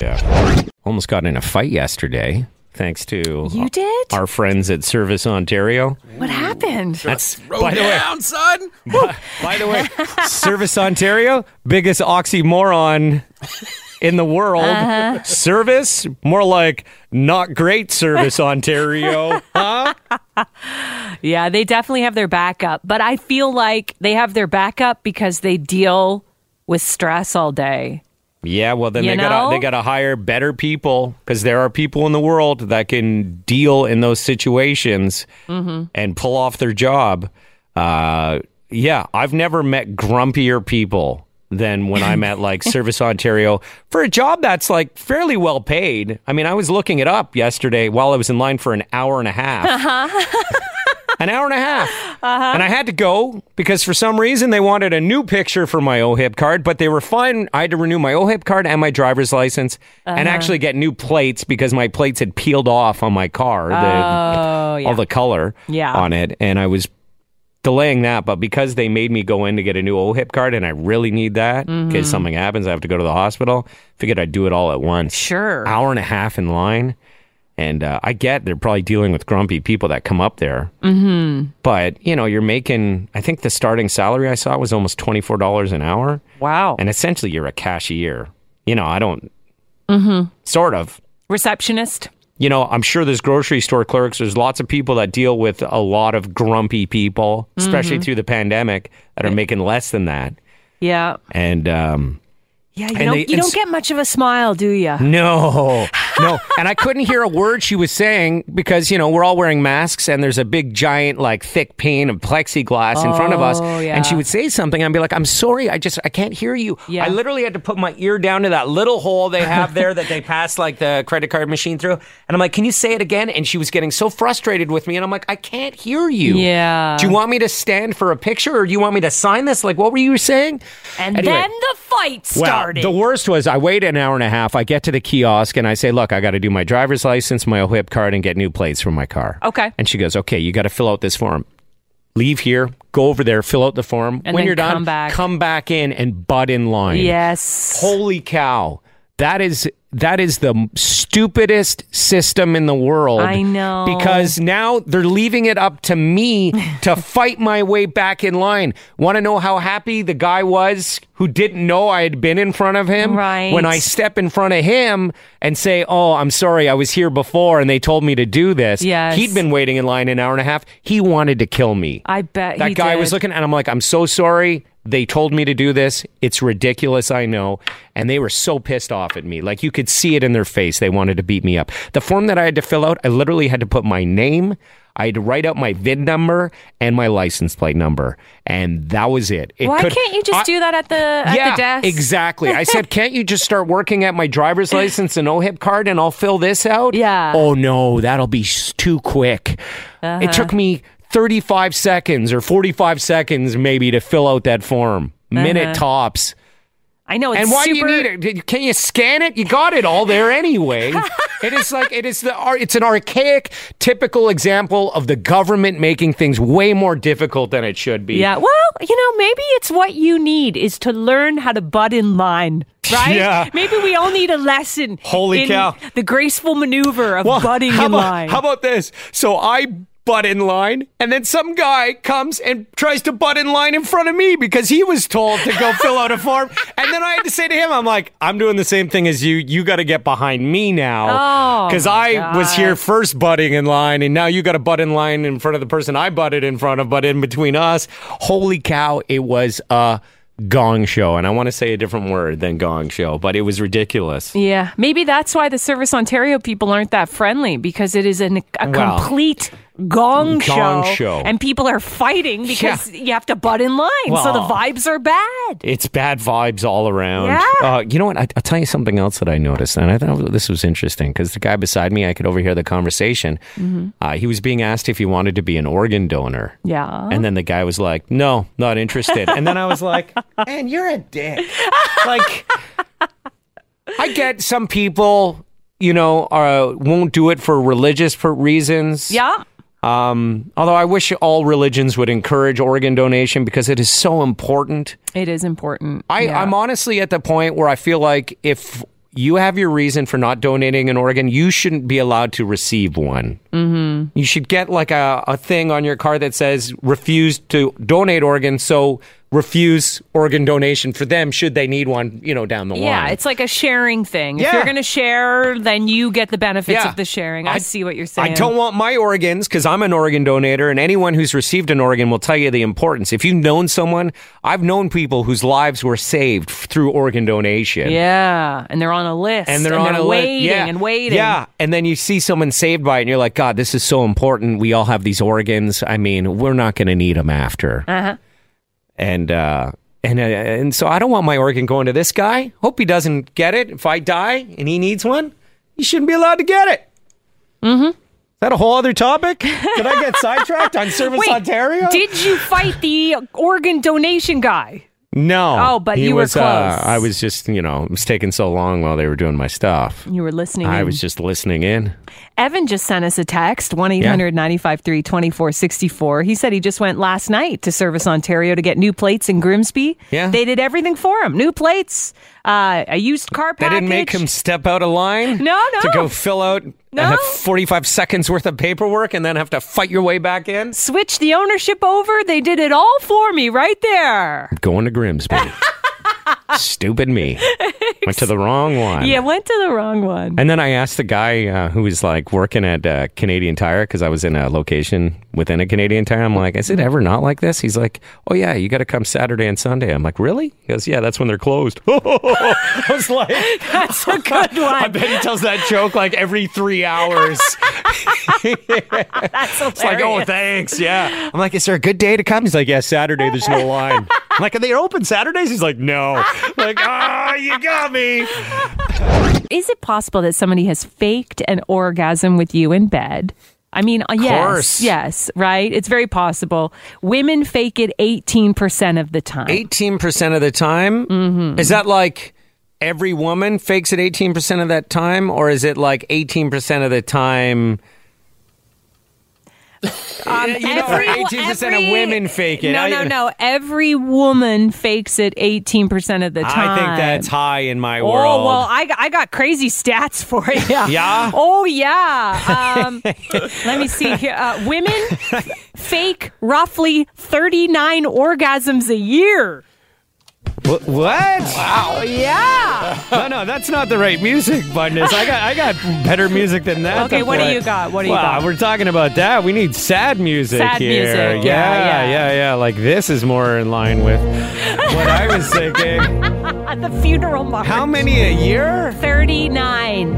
Speaker 3: yeah. Almost got in a fight yesterday, thanks to
Speaker 4: You did?
Speaker 3: our friends at Service Ontario.
Speaker 4: What happened?
Speaker 3: That's
Speaker 5: Roll
Speaker 3: by the way.
Speaker 5: down, son.
Speaker 3: By the way, Service Ontario, biggest oxymoron in the world. Service, more like not great service Ontario. Huh?
Speaker 4: Yeah, they definitely have their backup, but I feel like they have their backup because they deal with stress all day.
Speaker 3: Yeah, well then
Speaker 4: You
Speaker 3: they got
Speaker 4: know?
Speaker 3: they got to hire better people because there are people in the world that can deal in those situations
Speaker 4: Mm-hmm.
Speaker 3: and pull off their job. Uh, yeah, I've never met grumpier people than when I'm at like Service Ontario for a job that's like fairly well paid. I mean, I was looking it up yesterday while I was in line for an hour and a half.
Speaker 4: Uh-huh.
Speaker 3: an hour and a half. And I had to go because for some reason they wanted a new picture for my OHIP card, but they were fine. I had to renew my OHIP card and my driver's license and actually get new plates because my plates had peeled off on my car, the, all the color
Speaker 4: Yeah.
Speaker 3: on it. And I was delaying that, but because they made me go in to get a new OHIP card and I really need that in case something happens, I have to go to the hospital, figured I'd do it all at once.
Speaker 4: Sure.
Speaker 3: Hour and a half in line. And uh, I get they're probably dealing with grumpy people that come up there. Mm-hmm. But, you know, you're making, I think the starting salary I saw was almost $24 an hour.
Speaker 4: Wow.
Speaker 3: And essentially you're a cashier. You know, I don't, sort of.
Speaker 4: Receptionist.
Speaker 3: You know, I'm sure there's grocery store clerks. There's lots of people that deal with a lot of grumpy people, especially through the pandemic, that are making less than that.
Speaker 4: Yeah.
Speaker 3: And, um,
Speaker 4: Yeah, you
Speaker 3: And
Speaker 4: don't
Speaker 3: they-
Speaker 4: you
Speaker 3: and
Speaker 4: don't
Speaker 3: s-
Speaker 4: get much of a smile, do you?
Speaker 3: No, no. And I couldn't hear a word she was saying because, you know, we're all wearing masks and there's a big, giant, like thick pane of plexiglass in front of us.
Speaker 4: Oh,
Speaker 3: And she
Speaker 4: yeah.
Speaker 3: would say something and I'd be like, I'm sorry. I just, I can't hear you.
Speaker 4: Yeah.
Speaker 3: I literally had to put my ear down to that little hole they have there that they pass like the credit card machine through. And I'm like, can you say it again? And she was getting so frustrated with me. And I'm like, I can't hear you.
Speaker 4: Yeah.
Speaker 3: Do you want me to stand for a picture or do you want me to sign this? Like, what were you saying?
Speaker 4: And
Speaker 3: Anyway.
Speaker 4: then the fight started.
Speaker 3: Well, the worst was I wait an hour and a half. I get to the kiosk and I say, "Look, I got to do my driver's license, my OHIP card, and get new plates for my car."
Speaker 4: Okay.
Speaker 3: And she goes, "Okay, you got to fill out this form. Leave here, go over there, fill out the form.
Speaker 4: And
Speaker 3: when
Speaker 4: then
Speaker 3: you're done,
Speaker 4: come back."
Speaker 3: come back in and butt in line."
Speaker 4: yes.
Speaker 3: Holy cow! That is that is the stupidest system in the world.
Speaker 4: I know.
Speaker 3: Because now they're leaving it up to me to fight my way back in line. Want to know how happy the guy was who didn't know I had been in front of him?
Speaker 4: Right.
Speaker 3: When I step in front of him and say, Oh, I'm sorry, I was here before and they told me to do this.
Speaker 4: Yes.
Speaker 3: He'd been waiting in line an hour and a half. He wanted to kill me.
Speaker 4: I bet
Speaker 3: That
Speaker 4: he
Speaker 3: guy was
Speaker 4: did.
Speaker 3: looking, and I'm like, I'm so sorry. They told me to do this. It's ridiculous, I know. And they were so pissed off at me. Like you could see it in their face. They wanted to beat me up. The form that I had to fill out, I literally had to put my name, I had to write out my VIN number and my license plate number. And that was it. It
Speaker 4: Why
Speaker 3: could-
Speaker 4: can't you just
Speaker 3: I-
Speaker 4: do that at the at
Speaker 3: yeah,
Speaker 4: the desk?
Speaker 3: exactly. I said, can't you just start working at my driver's license and OHIP card and I'll fill this out?
Speaker 4: Yeah. Uh-huh.
Speaker 3: Oh, no, that'll be s- too quick. It took me 35 seconds or 45 seconds maybe to fill out that form. Minute tops.
Speaker 4: I know. It's
Speaker 3: And why
Speaker 4: Uh-huh. super,
Speaker 3: do you need it? Can you scan it? You got it all there anyway. it is like it is the ar- it's an archaic, typical example of the government making things way more difficult than it should be.
Speaker 4: Yeah. Well, you know, maybe it's what you need is to learn how to butt in line, right?
Speaker 3: Yeah.
Speaker 4: Maybe we all need a lesson.
Speaker 3: Holy
Speaker 4: in
Speaker 3: cow.
Speaker 4: The graceful maneuver of
Speaker 3: Well,
Speaker 4: butting
Speaker 3: how
Speaker 4: in
Speaker 3: about,
Speaker 4: line.
Speaker 3: How about this? So I butt in line, and then some guy comes and tries to butt in line in front of me because he was told to go fill out a form. And then I had to say to him, I'm like, I'm doing the same thing as you. You got to get behind me now.
Speaker 4: Oh,
Speaker 3: Because
Speaker 4: my
Speaker 3: I was
Speaker 4: God.
Speaker 3: here first butting in line, and now you got to butt in line in front of the person I butted in front of, but in between us. Holy cow, it was a gong show. And I want to say a different word than gong show, but it was ridiculous.
Speaker 4: yeah. Maybe that's why the Service Ontario people aren't that friendly because it is an, a
Speaker 3: Well,
Speaker 4: complete gong,
Speaker 3: gong show.
Speaker 4: And people are fighting because you have to butt in line. so the
Speaker 3: Well.
Speaker 4: vibes are bad.
Speaker 3: It's bad vibes all around.
Speaker 4: Yeah.
Speaker 3: Uh, you know what? I, I'll tell you something else that I noticed, and I thought this was interesting because the guy beside me, I could overhear the conversation.
Speaker 4: Mm-hmm.
Speaker 3: Uh, he was being asked if he wanted to be an organ donor.
Speaker 4: Yeah.
Speaker 3: And then the guy was like, "No, not interested." And then I was like, "Man, you're a dick." like, I get some people, you know, uh, won't do it for religious per- reasons.
Speaker 4: yeah.
Speaker 3: Um, although I wish all religions would encourage organ donation because it is so important.
Speaker 4: It is important.
Speaker 3: I,
Speaker 4: yeah.
Speaker 3: I'm honestly at the point where I feel like if you have your reason for not donating an organ, you shouldn't be allowed to receive one. Mm-hmm. You should get like a, a thing on your car that says refuse to donate organ, so refuse organ donation for them should they need one, you know, down the
Speaker 4: Yeah,
Speaker 3: line.
Speaker 4: it's like a sharing thing. If
Speaker 3: Yeah.
Speaker 4: you're going to share, then you get the benefits of the sharing. I,
Speaker 3: I-
Speaker 4: see what you're saying.
Speaker 3: I don't want my organs because I'm an organ donator, and anyone who's received an organ will tell you the importance. If you've known someone, I've known people whose lives were saved through organ donation.
Speaker 4: Yeah, and they're on a list,
Speaker 3: and they're on a list.
Speaker 4: waiting
Speaker 3: yeah.
Speaker 4: and waiting.
Speaker 3: Yeah, and then you see someone saved by it, and you're like, God, this is so important. We all have these organs. I mean, we're not going to need them after.
Speaker 4: Uh-huh.
Speaker 3: And uh, and uh, and so I don't want my organ going to this guy. Hope he doesn't get it. If I die and he needs one, he shouldn't be allowed to get it. Mm-hmm. Is that a whole other topic? Did I get sidetracked on Service
Speaker 4: Wait,
Speaker 3: Ontario?
Speaker 4: did you fight the organ donation guy?
Speaker 3: no.
Speaker 4: Oh, but
Speaker 3: He
Speaker 4: you were
Speaker 3: was, uh,
Speaker 4: close.
Speaker 3: I was just, you know, it was taking so long while they were doing my stuff.
Speaker 4: You were listening.
Speaker 3: I
Speaker 4: in.
Speaker 3: was just listening in.
Speaker 4: Evan just sent us a text, 1 800 953 2464. He said he just went last night to Service Ontario to get new plates in Grimsby.
Speaker 3: Yeah.
Speaker 4: They did everything for him new plates, uh, a used car
Speaker 3: They
Speaker 4: package.
Speaker 3: didn't make him step out of line.
Speaker 4: No, no.
Speaker 3: To go fill out
Speaker 4: No.
Speaker 3: uh, 45 seconds worth of paperwork and then have to fight your way back in.
Speaker 4: switch the ownership over. They did it all for me right there.
Speaker 3: Going to Grimsby. Stupid me. Went to the wrong one.
Speaker 4: Yeah, went to the wrong one.
Speaker 3: And then I asked the guy uh, who was like working at uh, Canadian Tire because I was in a location within a Canadian Tire. I'm like, is it ever not like this? He's like, oh yeah, you got to come Saturday and Sunday. I'm like, really? He goes, yeah, that's when they're closed. I was like,
Speaker 4: That's a good
Speaker 3: I
Speaker 4: one.
Speaker 3: bet he tells that joke like every three hours.
Speaker 4: That's
Speaker 3: It's like, oh,
Speaker 4: hilarious.
Speaker 3: thanks. Yeah. I'm like, is there a good day to come? He's like, yeah, Saturday. There's no line. I'm like, are they open Saturdays? He's like, no. like, ah, you got me.
Speaker 4: Is it possible that somebody has faked an orgasm with you in bed? I mean, uh, yes,
Speaker 3: course.
Speaker 4: yes, right? It's very possible. Women fake it 18% of the time.
Speaker 3: 18% of the time? Mm-hmm. Is that like every woman fakes it 18% of that time? Or is it like 18% of the time
Speaker 4: Um,
Speaker 3: you know, eighteen percent of
Speaker 4: every-
Speaker 3: women fake it.
Speaker 4: No,
Speaker 3: I-
Speaker 4: no, no. Every woman fakes it 18% of the time.
Speaker 3: I think that's high in my
Speaker 4: Oh,
Speaker 3: world.
Speaker 4: well, I, I got crazy stats for you.
Speaker 3: Yeah?
Speaker 4: Oh, yeah. Um, let me see here. Uh, women f- fake roughly 39 orgasms a year.
Speaker 3: Wh- what? Wow.
Speaker 4: Oh, Yeah.
Speaker 3: No, no, that's not the right music, Bundus. I got, I got better music than that.
Speaker 4: Okay,
Speaker 3: to
Speaker 4: what do
Speaker 3: play.
Speaker 4: you got? What do you
Speaker 3: Wow,
Speaker 4: got?
Speaker 3: we're talking about that. We need sad music
Speaker 4: Sad
Speaker 3: here.
Speaker 4: music, yeah,
Speaker 3: Yeah, yeah,
Speaker 4: yeah.
Speaker 3: yeah, Like this is more in line with what I was thinking.
Speaker 4: At the funeral march.
Speaker 3: How many a year?
Speaker 4: 39.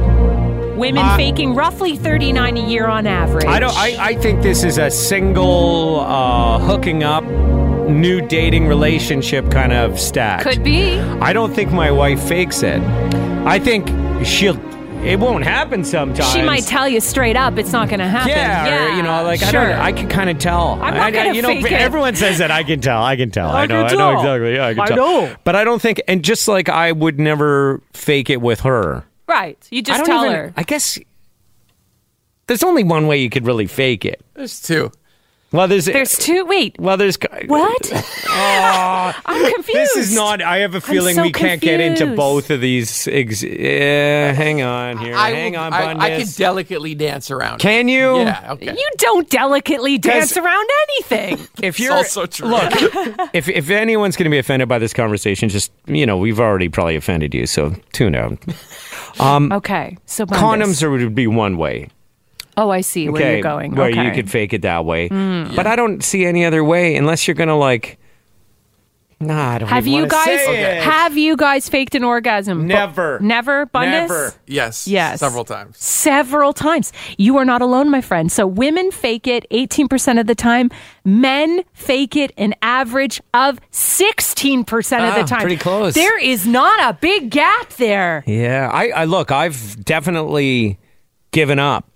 Speaker 4: Women
Speaker 3: Uh,
Speaker 4: faking roughly 39 a year on average.
Speaker 3: I don't. I, I think this is a single uh, hooking up, new dating relationship kind of stat.
Speaker 2: Could be.
Speaker 3: I don't think my wife fakes it. I think she'll. It won't happen sometimes.
Speaker 4: She might tell you straight up it's not going to happen.
Speaker 3: Yeah,
Speaker 4: Yeah,
Speaker 3: Or, you know, like
Speaker 4: sure.
Speaker 3: I don't, I can kind of tell.
Speaker 4: I'm not
Speaker 3: I- I-
Speaker 4: gonna
Speaker 3: you know,
Speaker 4: fake it.
Speaker 3: everyone says that. I can tell. I can tell. I,
Speaker 4: I
Speaker 3: know. I
Speaker 4: can
Speaker 3: know
Speaker 4: tell.
Speaker 3: exactly. Yeah, I can
Speaker 4: I
Speaker 3: tell.
Speaker 4: know.
Speaker 3: But I don't think. And just like I would never fake it with her.
Speaker 4: right. You
Speaker 3: I
Speaker 4: just
Speaker 3: don't
Speaker 4: tell
Speaker 3: even-
Speaker 4: her.
Speaker 3: I guess there's only one way you could really fake it.
Speaker 5: There's two.
Speaker 3: Well, there's
Speaker 4: There's two. Wait.
Speaker 3: well, there's
Speaker 4: What? I'm confused.
Speaker 3: This is not. I have a feeling
Speaker 4: so
Speaker 3: we can't get into
Speaker 4: confused.
Speaker 3: both of these. Ex- uh, hang on here.
Speaker 5: I,
Speaker 3: hang
Speaker 5: will-
Speaker 3: on,
Speaker 5: I, I can
Speaker 3: Bundes.
Speaker 5: delicately dance around. it.
Speaker 3: Can you?
Speaker 5: Yeah. Okay.
Speaker 4: You don't delicately dance
Speaker 3: 'Cause-
Speaker 4: around anything.
Speaker 3: If
Speaker 5: It's
Speaker 3: you're
Speaker 5: also true.
Speaker 3: look, if if anyone's going to be offended by this conversation, just you know, we've already probably offended you, so tune out.
Speaker 4: okay. So bonus.
Speaker 3: Condoms are, would be one way.
Speaker 4: Oh, I see where you're going.
Speaker 3: where
Speaker 4: okay. Mm.
Speaker 3: you could fake it that way, but I don't see any other way unless you're going to like. Nah, I don't.
Speaker 4: have
Speaker 3: even
Speaker 4: you
Speaker 3: wanna
Speaker 4: guys
Speaker 3: say it.
Speaker 4: have you guys faked an orgasm? Bu-
Speaker 3: Never.
Speaker 4: never, Bundes?
Speaker 3: Never.
Speaker 5: Yes.
Speaker 4: Yes.
Speaker 5: Several times.
Speaker 4: several times. You are not alone, my friend. So women fake it 18% of the time. Men fake it an average of 16% of
Speaker 3: Ah,
Speaker 4: the time.
Speaker 3: pretty close.
Speaker 4: There is not a big gap there.
Speaker 3: Yeah, I, I look. I've definitely given up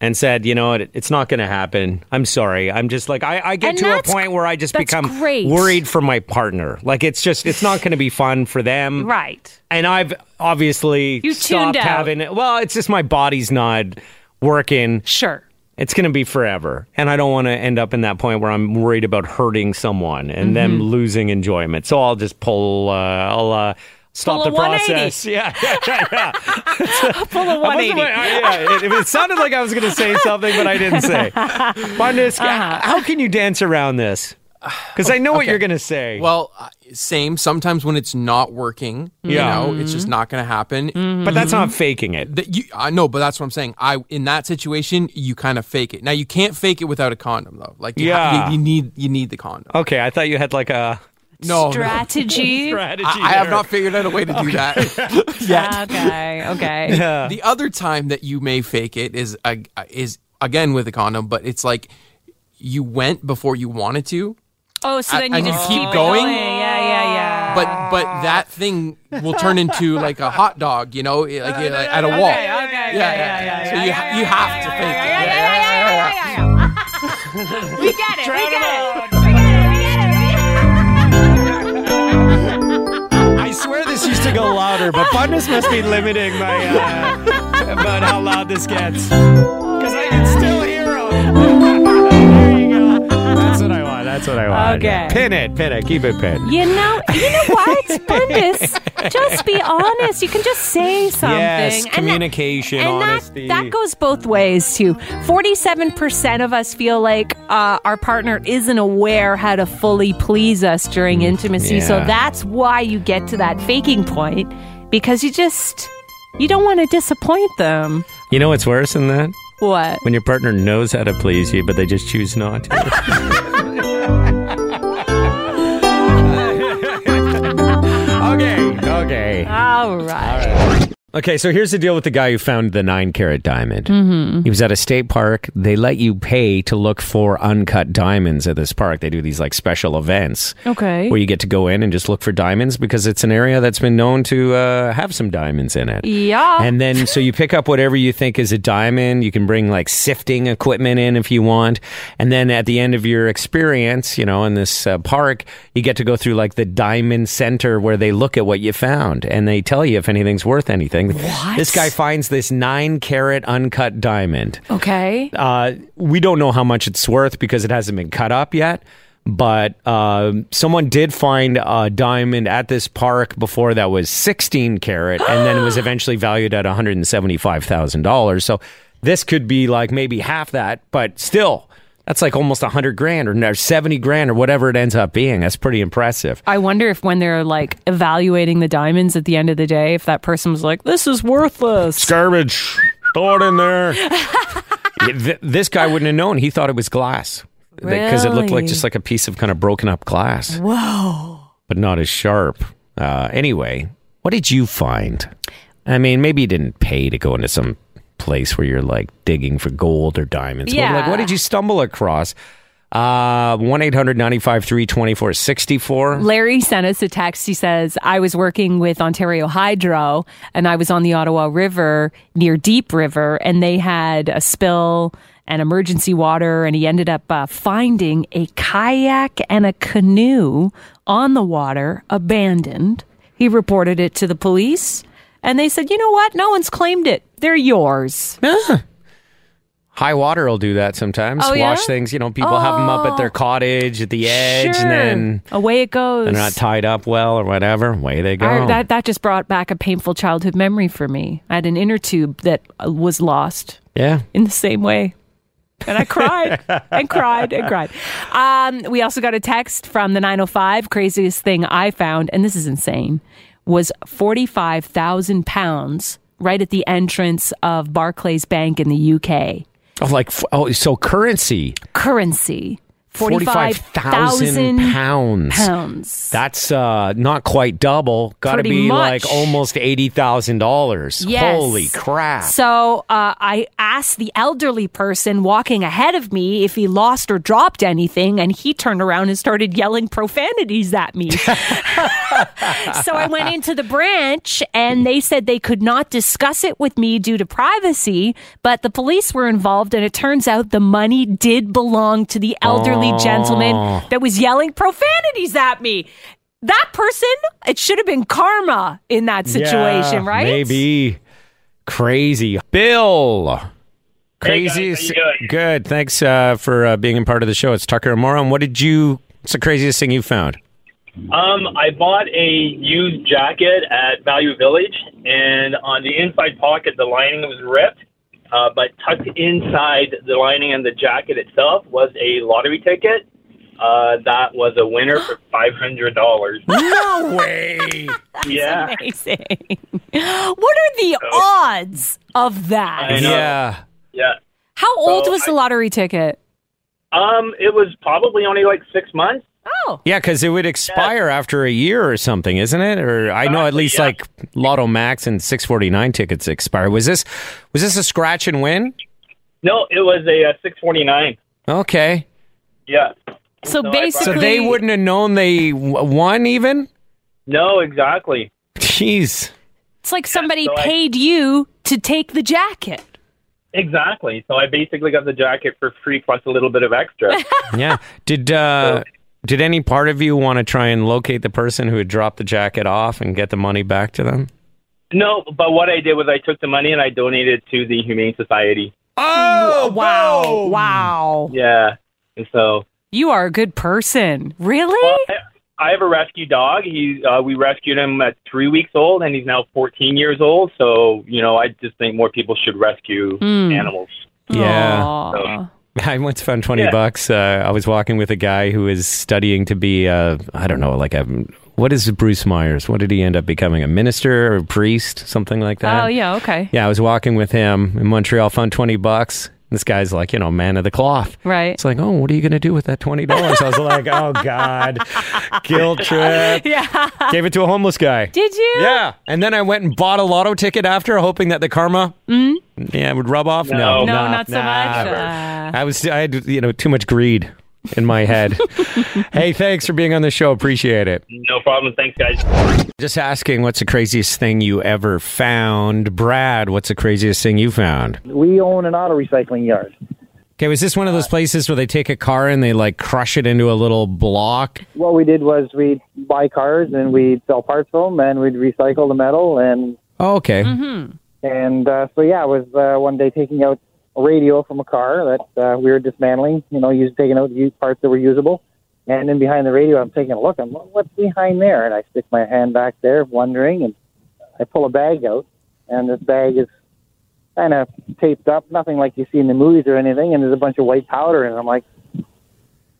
Speaker 3: and said, you know, it, it's not going to happen. I'm sorry. I'm just like I, I get
Speaker 4: And
Speaker 3: to a
Speaker 4: that's-
Speaker 3: point where I just
Speaker 4: that's
Speaker 3: become
Speaker 4: great.
Speaker 3: worried for my partner. Like it's just it's not going to be fun for them.
Speaker 4: Right.
Speaker 3: And I've obviously
Speaker 4: You tuned
Speaker 3: stopped
Speaker 4: out.
Speaker 3: having it. Well, it's just my body's not working.
Speaker 4: Sure.
Speaker 3: It's going to be forever. And I don't want to end up in that point where I'm worried about hurting someone
Speaker 5: Mm-hmm.
Speaker 3: and them losing enjoyment. So I'll just pull, uh, I'll uh, stop
Speaker 4: Pull a
Speaker 3: the
Speaker 4: 180.
Speaker 3: process. Yeah. yeah, yeah.
Speaker 4: Pull a
Speaker 3: I wasn't
Speaker 4: 180.
Speaker 3: gonna- I- yeah, it, it sounded like I was going to say something, but I didn't say. Barnes,
Speaker 5: Uh-huh.
Speaker 3: how can you dance around this? Because I know what you're going to say.
Speaker 5: Well, uh, same. Sometimes when it's not working,
Speaker 3: Yeah. Mm-hmm.
Speaker 5: you know, it's just not going to happen.
Speaker 3: but that's
Speaker 5: mm-hmm.
Speaker 3: not faking it.
Speaker 5: That you, I know, but that's what I'm saying. I in that situation, you kind of fake it. Now you can't fake it without a condom, though. Like, you ha-
Speaker 3: Yeah.
Speaker 5: you, you need you need the condom.
Speaker 3: Okay, I thought you had like a
Speaker 5: No, no. I,
Speaker 4: Strategy.
Speaker 3: strategy.
Speaker 5: I have
Speaker 3: there.
Speaker 5: not figured out a way to do that.
Speaker 4: Okay. Okay.
Speaker 5: the other time that you may fake it is uh, is again with a condom, but it's like you went before you wanted to,
Speaker 4: Oh, so then you
Speaker 5: and you
Speaker 4: just
Speaker 5: keep
Speaker 4: it
Speaker 5: going?
Speaker 4: Yeah, yeah, yeah.
Speaker 5: but but that thing will turn into like a hot dog, you know, like, uh, like at a wall.
Speaker 4: Okay, okay,
Speaker 5: yeah, yeah, yeah. So you ha- you have to fake it. Yeah, yeah,
Speaker 4: We get it. We get it. We get it. We get it.
Speaker 3: I swear this used to go louder, but Barnes must be limiting my uh, about how loud this gets. Because I can still hear him. There you go. That's what I want. That's what I want.
Speaker 4: Okay.
Speaker 3: Pin it. Pin it. Keep it pinned.
Speaker 4: You know, you know what, Bundes? Just be honest. You can just say something.
Speaker 3: Yes,
Speaker 4: And that-
Speaker 3: communication,
Speaker 4: and that,
Speaker 3: honesty.
Speaker 4: that goes both ways too. Forty-seven percent of us feel like uh, our partner isn't aware how to fully please us during intimacy. So
Speaker 3: Mm, yeah.
Speaker 4: that's why you get to that faking point because you just you don't want to disappoint them.
Speaker 3: you know what's worse than that?
Speaker 4: What?
Speaker 3: When your partner knows how to please you, but they just choose not to. okay. Okay.
Speaker 4: All right.
Speaker 3: Okay, so here's the deal with the guy who found the nine carat diamond. Mm-hmm. He was at a state park. They let you pay to look for uncut diamonds at this park. They do these like special events
Speaker 4: Okay.
Speaker 3: where you get to go in and just look for diamonds because it's an area that's been known to uh, have some diamonds in it.
Speaker 4: yeah.
Speaker 3: And then, so you pick up whatever you think is a diamond. You can bring like sifting equipment in if you want. And then at the end of your experience, you know, in this uh, park, you get to go through like the diamond center where they look at what you found and they tell you if anything's worth anything. thing. This guy finds this nine carat uncut diamond.
Speaker 4: Okay.
Speaker 3: Uh, we don't know how much it's worth because it hasn't been cut up yet. But um someone did find a diamond at this park before that was 16 carat, and then it was eventually valued at 175 thousand dollars. So this could be like maybe half that, but still, that's like almost 100 grand or 70 grand or whatever it ends up being. That's pretty impressive.
Speaker 4: I wonder if when they're like evaluating the diamonds at the end of the day, if that person was like, "This is worthless."
Speaker 3: garbage. Throw it in there. Th- this guy wouldn't have known. He thought it was glass because it looked like
Speaker 4: Really?
Speaker 3: just like a piece of kind of broken up glass. Whoa! But not as sharp. Uh, anyway, what did you find? I mean, maybe you didn't pay to go into some place where you're like digging for gold or diamonds. But, like,
Speaker 4: Yeah.
Speaker 3: what did you stumble across? Uh, One eight hundred ninety five three twenty four sixty four.
Speaker 4: Larry sent us a text. He says, I was working with Ontario Hydro and I was on the Ottawa River near Deep River, and they had a spill and emergency water. And he ended up uh, finding a kayak and a canoe on the water, abandoned. He reported it to the police, and they said, You know what? No one's claimed it. They're yours.
Speaker 3: High water will do that sometimes.
Speaker 4: Oh,
Speaker 3: Wash
Speaker 4: yeah? Oh.
Speaker 3: things. You know, people have 'em have them up at their cottage at the edge,
Speaker 4: Sure.
Speaker 3: and then
Speaker 4: away it goes.
Speaker 3: They're not tied up well or whatever. Way they go.
Speaker 4: I, that that just brought back a painful childhood memory for me. I had an inner tube that uh, was lost
Speaker 3: yeah.
Speaker 4: in the same way. And I cried and cried and cried. Um, we also got a text from the 905. Craziest thing I found, and this is insane, was 45,000 pounds right at the entrance of Barclays Bank in the UK.
Speaker 3: Oh, like f- oh, so currency.
Speaker 4: Currency
Speaker 3: Forty-five thousand
Speaker 4: 45,000
Speaker 3: pounds.
Speaker 4: pounds.
Speaker 3: That's uh, not quite double. Got to
Speaker 4: Pretty
Speaker 3: be like
Speaker 4: much.
Speaker 3: almost eighty thousand dollars.
Speaker 4: Yes.
Speaker 3: Holy crap!
Speaker 4: So uh, I asked the elderly person walking ahead of me if he lost or dropped anything, and he turned around and started yelling profanities at me. so I went into the branch, and they said they could not discuss it with me due to privacy, but the police were involved, and it turns out the money did belong to the elderly
Speaker 3: Oh.
Speaker 4: gentleman that was yelling profanities at me. That person, it should have been karma in that situation,
Speaker 3: Yeah,
Speaker 4: right?
Speaker 3: Maybe crazy. Bill. Crazy. Good. Thanks uh, for uh, being a part of the show. It's Tucker and Moron. What did you? What's the craziest thing you found?
Speaker 8: Um, I bought a used jacket at Value Village, and on the inside pocket, the lining was ripped. Uh, but tucked inside the lining and the jacket itself was a lottery ticket. Uh, that was a winner for five hundred dollars.
Speaker 3: No way.
Speaker 8: yeah,
Speaker 4: Amazing. What are the odds of that?
Speaker 8: I know.
Speaker 3: yeah.
Speaker 8: yeah.
Speaker 4: How old was
Speaker 8: I-
Speaker 4: the lottery ticket?
Speaker 8: Um, it was probably only like six months.
Speaker 4: Oh,
Speaker 3: Yeah, because it would expire after a year or something, isn't it? Or I know at least
Speaker 8: yeah.
Speaker 3: like Lotto Max and 649 tickets expire. Was this was this a scratch and win?
Speaker 8: No, it was a uh, six forty nine.
Speaker 3: Okay,
Speaker 8: Yeah.
Speaker 4: so
Speaker 8: No, I bought-
Speaker 4: basically,
Speaker 3: so they wouldn't have known they w- won even.
Speaker 8: No, exactly.
Speaker 3: Jeez,
Speaker 4: it's like somebody
Speaker 8: so I-
Speaker 4: paid you to take the jacket.
Speaker 8: Exactly. So I basically got the jacket for free plus a little bit of extra.
Speaker 3: yeah. Did uh, did any part of you want to try and locate the person who had dropped the jacket off and get the money back to them?
Speaker 8: No, but what I did was I took the money and I donated to the Humane Society.
Speaker 3: Oh
Speaker 4: wow. Wow.
Speaker 8: Yeah. And so
Speaker 4: You are a good person. Really?
Speaker 8: I, I have a rescue dog. He uh, we rescued him at three weeks old, and he's now 14 years old. So you know, I just think more people should rescue animals.
Speaker 3: Yeah.
Speaker 4: Aw.
Speaker 3: I once found 20
Speaker 8: Yeah.
Speaker 3: bucks. Uh, I was walking with a guy who is studying to be, uh, I don't know, like a, what is Bruce Myers? What did he end up becoming? A minister or a priest? Something like that?
Speaker 4: Oh, yeah. Okay.
Speaker 3: Yeah, I was walking with him in Montreal, found 20 bucks. This guy's like, you know, man of the cloth.
Speaker 4: Right.
Speaker 3: It's like, oh, what are you going to do with that $20? I was like, oh, God, guilt trip.
Speaker 4: Yeah.
Speaker 3: Gave it to a homeless guy.
Speaker 4: Did you?
Speaker 3: Yeah. And then I went and bought a lotto ticket after, hoping that the karma, yeah, would rub off. No,
Speaker 8: No.
Speaker 4: Mm-hmm. No,
Speaker 3: nah,
Speaker 4: not so
Speaker 3: nah.
Speaker 4: much. Uh,
Speaker 3: I was, I had, you know, too much greed in my head. hey, thanks for being on the show. Appreciate it.
Speaker 8: No problem. Thanks, guys.
Speaker 3: Just asking, what's the craziest thing you ever found, Brad? What's the craziest thing you found?
Speaker 9: We own an auto recycling yard.
Speaker 3: Okay, was this one of those places where they take a car and they like crush it into a little block?
Speaker 9: What we did was we'd buy cars and we'd sell parts for them and we'd recycle the metal and
Speaker 3: Oh, okay.
Speaker 4: Mm-hmm.
Speaker 9: And uh, so, yeah, I was uh, one day taking out a radio from a car that uh, we were dismantling, you know, using, taking out the used parts that were usable. And then behind the radio, I'm taking a look. I'm like, what's behind there? And I stick my hand back there, wondering, and I pull a bag out. And this bag is kind of taped up, nothing like you see in the movies or anything. And there's a bunch of white powder in it. I'm like,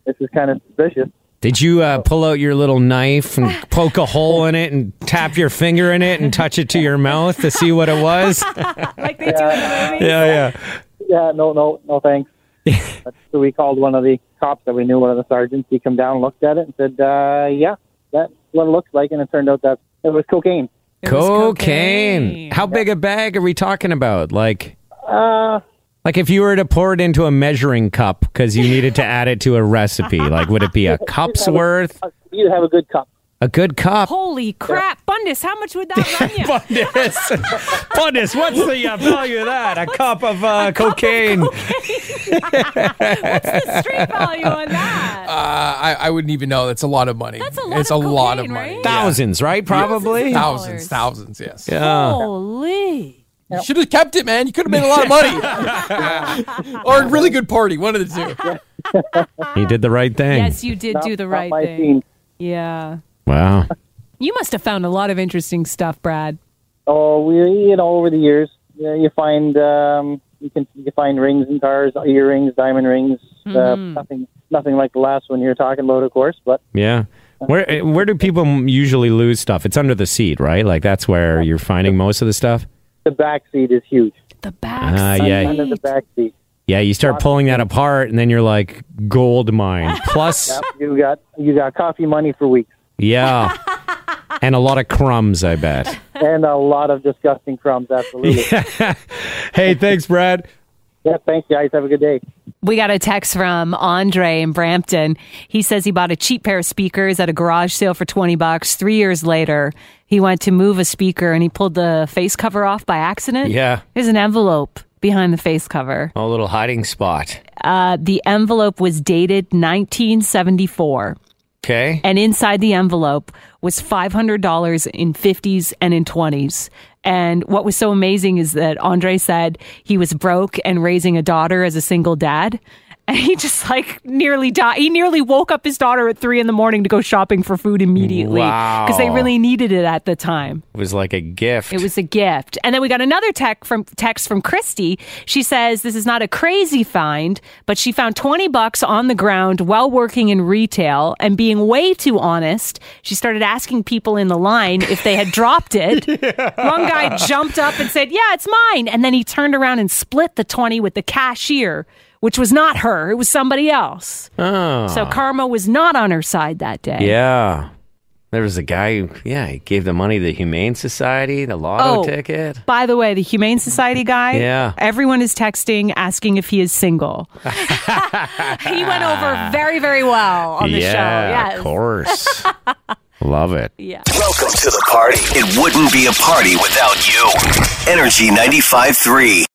Speaker 9: this is kind of suspicious.
Speaker 3: Did you uh, pull out your little knife and poke a hole in it and tap your finger in it and touch it to your mouth to see what it was?
Speaker 4: like they do in the movies.
Speaker 3: yeah,
Speaker 9: Yeah, no, no, no, thanks. so we called one of the cops that we knew, one of the sergeants. He come down, looked at it, and said, uh, "Yeah, that's what it looks like." And it turned out that it was cocaine.
Speaker 3: yeah. Cocaine. How big a bag are we talking about? Like,
Speaker 9: Uh,
Speaker 3: like if you were to pour it into a measuring cup because you needed to add it to a recipe, like would it be a cup's worth?
Speaker 9: you have a good cup.
Speaker 3: A good cup.
Speaker 4: Holy crap, Bundus! How much would that run you?
Speaker 3: Bundus, Bundus, what's the uh, value of that? A cup of uh, cocaine.
Speaker 4: What's the street value on that?
Speaker 5: Uh, I, I wouldn't even know. That's a lot of money.
Speaker 4: That's a lot
Speaker 5: it's
Speaker 4: of
Speaker 5: a lot of
Speaker 4: cocaine,
Speaker 5: money.
Speaker 4: right?
Speaker 3: Thousands, right? Probably. Oh,
Speaker 5: Thousands, thousands, yes.
Speaker 3: Yeah.
Speaker 4: Holy!
Speaker 5: You should have kept it, man. You could have made a lot of money. or a really good party, one of the two.
Speaker 3: He did the right thing.
Speaker 4: Yes, you did do the
Speaker 9: Not
Speaker 4: right
Speaker 9: my
Speaker 4: thing.
Speaker 9: scene.
Speaker 4: Yeah,
Speaker 3: Wow.
Speaker 4: you must have found a lot of interesting stuff, Brad.
Speaker 9: Oh, we, you know, over the years, you, know, you find um, you can you find rings in cars, earrings, diamond rings. Uh, nothing, nothing like the last one you're talking about, of course. But
Speaker 3: Yeah. Where eh, where do people m- usually lose stuff? It's under the seat, right? Like that's where you're finding most of the stuff.
Speaker 9: the back seat is huge.
Speaker 4: The back.
Speaker 3: Ah, yeah.
Speaker 9: Under the back seat,
Speaker 3: Yeah, you start pulling that apart, and then you're like gold mine. Plus,
Speaker 9: you got you got coffee money for weeks.
Speaker 3: yeah, and a lot of crumbs, I bet.
Speaker 9: and a lot of disgusting crumbs. Absolutely. Yeah.
Speaker 3: Hey, thanks, Brad.
Speaker 9: Thanks, guys. Have a good day.
Speaker 4: We got a text from Andre in Brampton. He says he bought a cheap pair of speakers at a garage sale for 20 bucks. 3 years later, he went to move a speaker and he pulled the face cover off by accident.
Speaker 3: Yeah.
Speaker 4: There's an envelope behind the face cover.
Speaker 3: A little hiding spot.
Speaker 4: Uh, the envelope was dated 1974,
Speaker 3: Okay.
Speaker 4: and inside the envelope was $500 in 50s and in 20s. And what was so amazing is that Andre said he was broke and raising a daughter as a single dad. And he just like nearly died. He nearly woke up his daughter at three in the morning to go shopping for food immediately because they
Speaker 3: Wow.
Speaker 4: really needed it at the time.
Speaker 3: It was like a gift.
Speaker 4: It was a gift. And then we got another tech from text from Christy. She says this is not a crazy find, but she found 20 bucks on the ground while working in retail and being way too honest, she started asking people in the line if they had dropped it. One guy jumped up and said, "Yeah, it's mine." And then he turned around and split the 20 with the cashier, which was not her, it was somebody else.
Speaker 3: Oh.
Speaker 4: So karma was not on her side that day.
Speaker 3: Yeah. There was a guy who, yeah, he gave the money to the Humane Society, the lotto
Speaker 4: Oh.
Speaker 3: ticket.
Speaker 4: By the way, the Humane Society guy.
Speaker 3: Yeah.
Speaker 4: Everyone is texting asking if he is single. he went over very, very well on the
Speaker 3: yeah,
Speaker 4: show. Yes.
Speaker 3: of course. Love it.
Speaker 4: Yeah.
Speaker 1: Welcome to the party. It wouldn't be a party without you. Energy 95.3.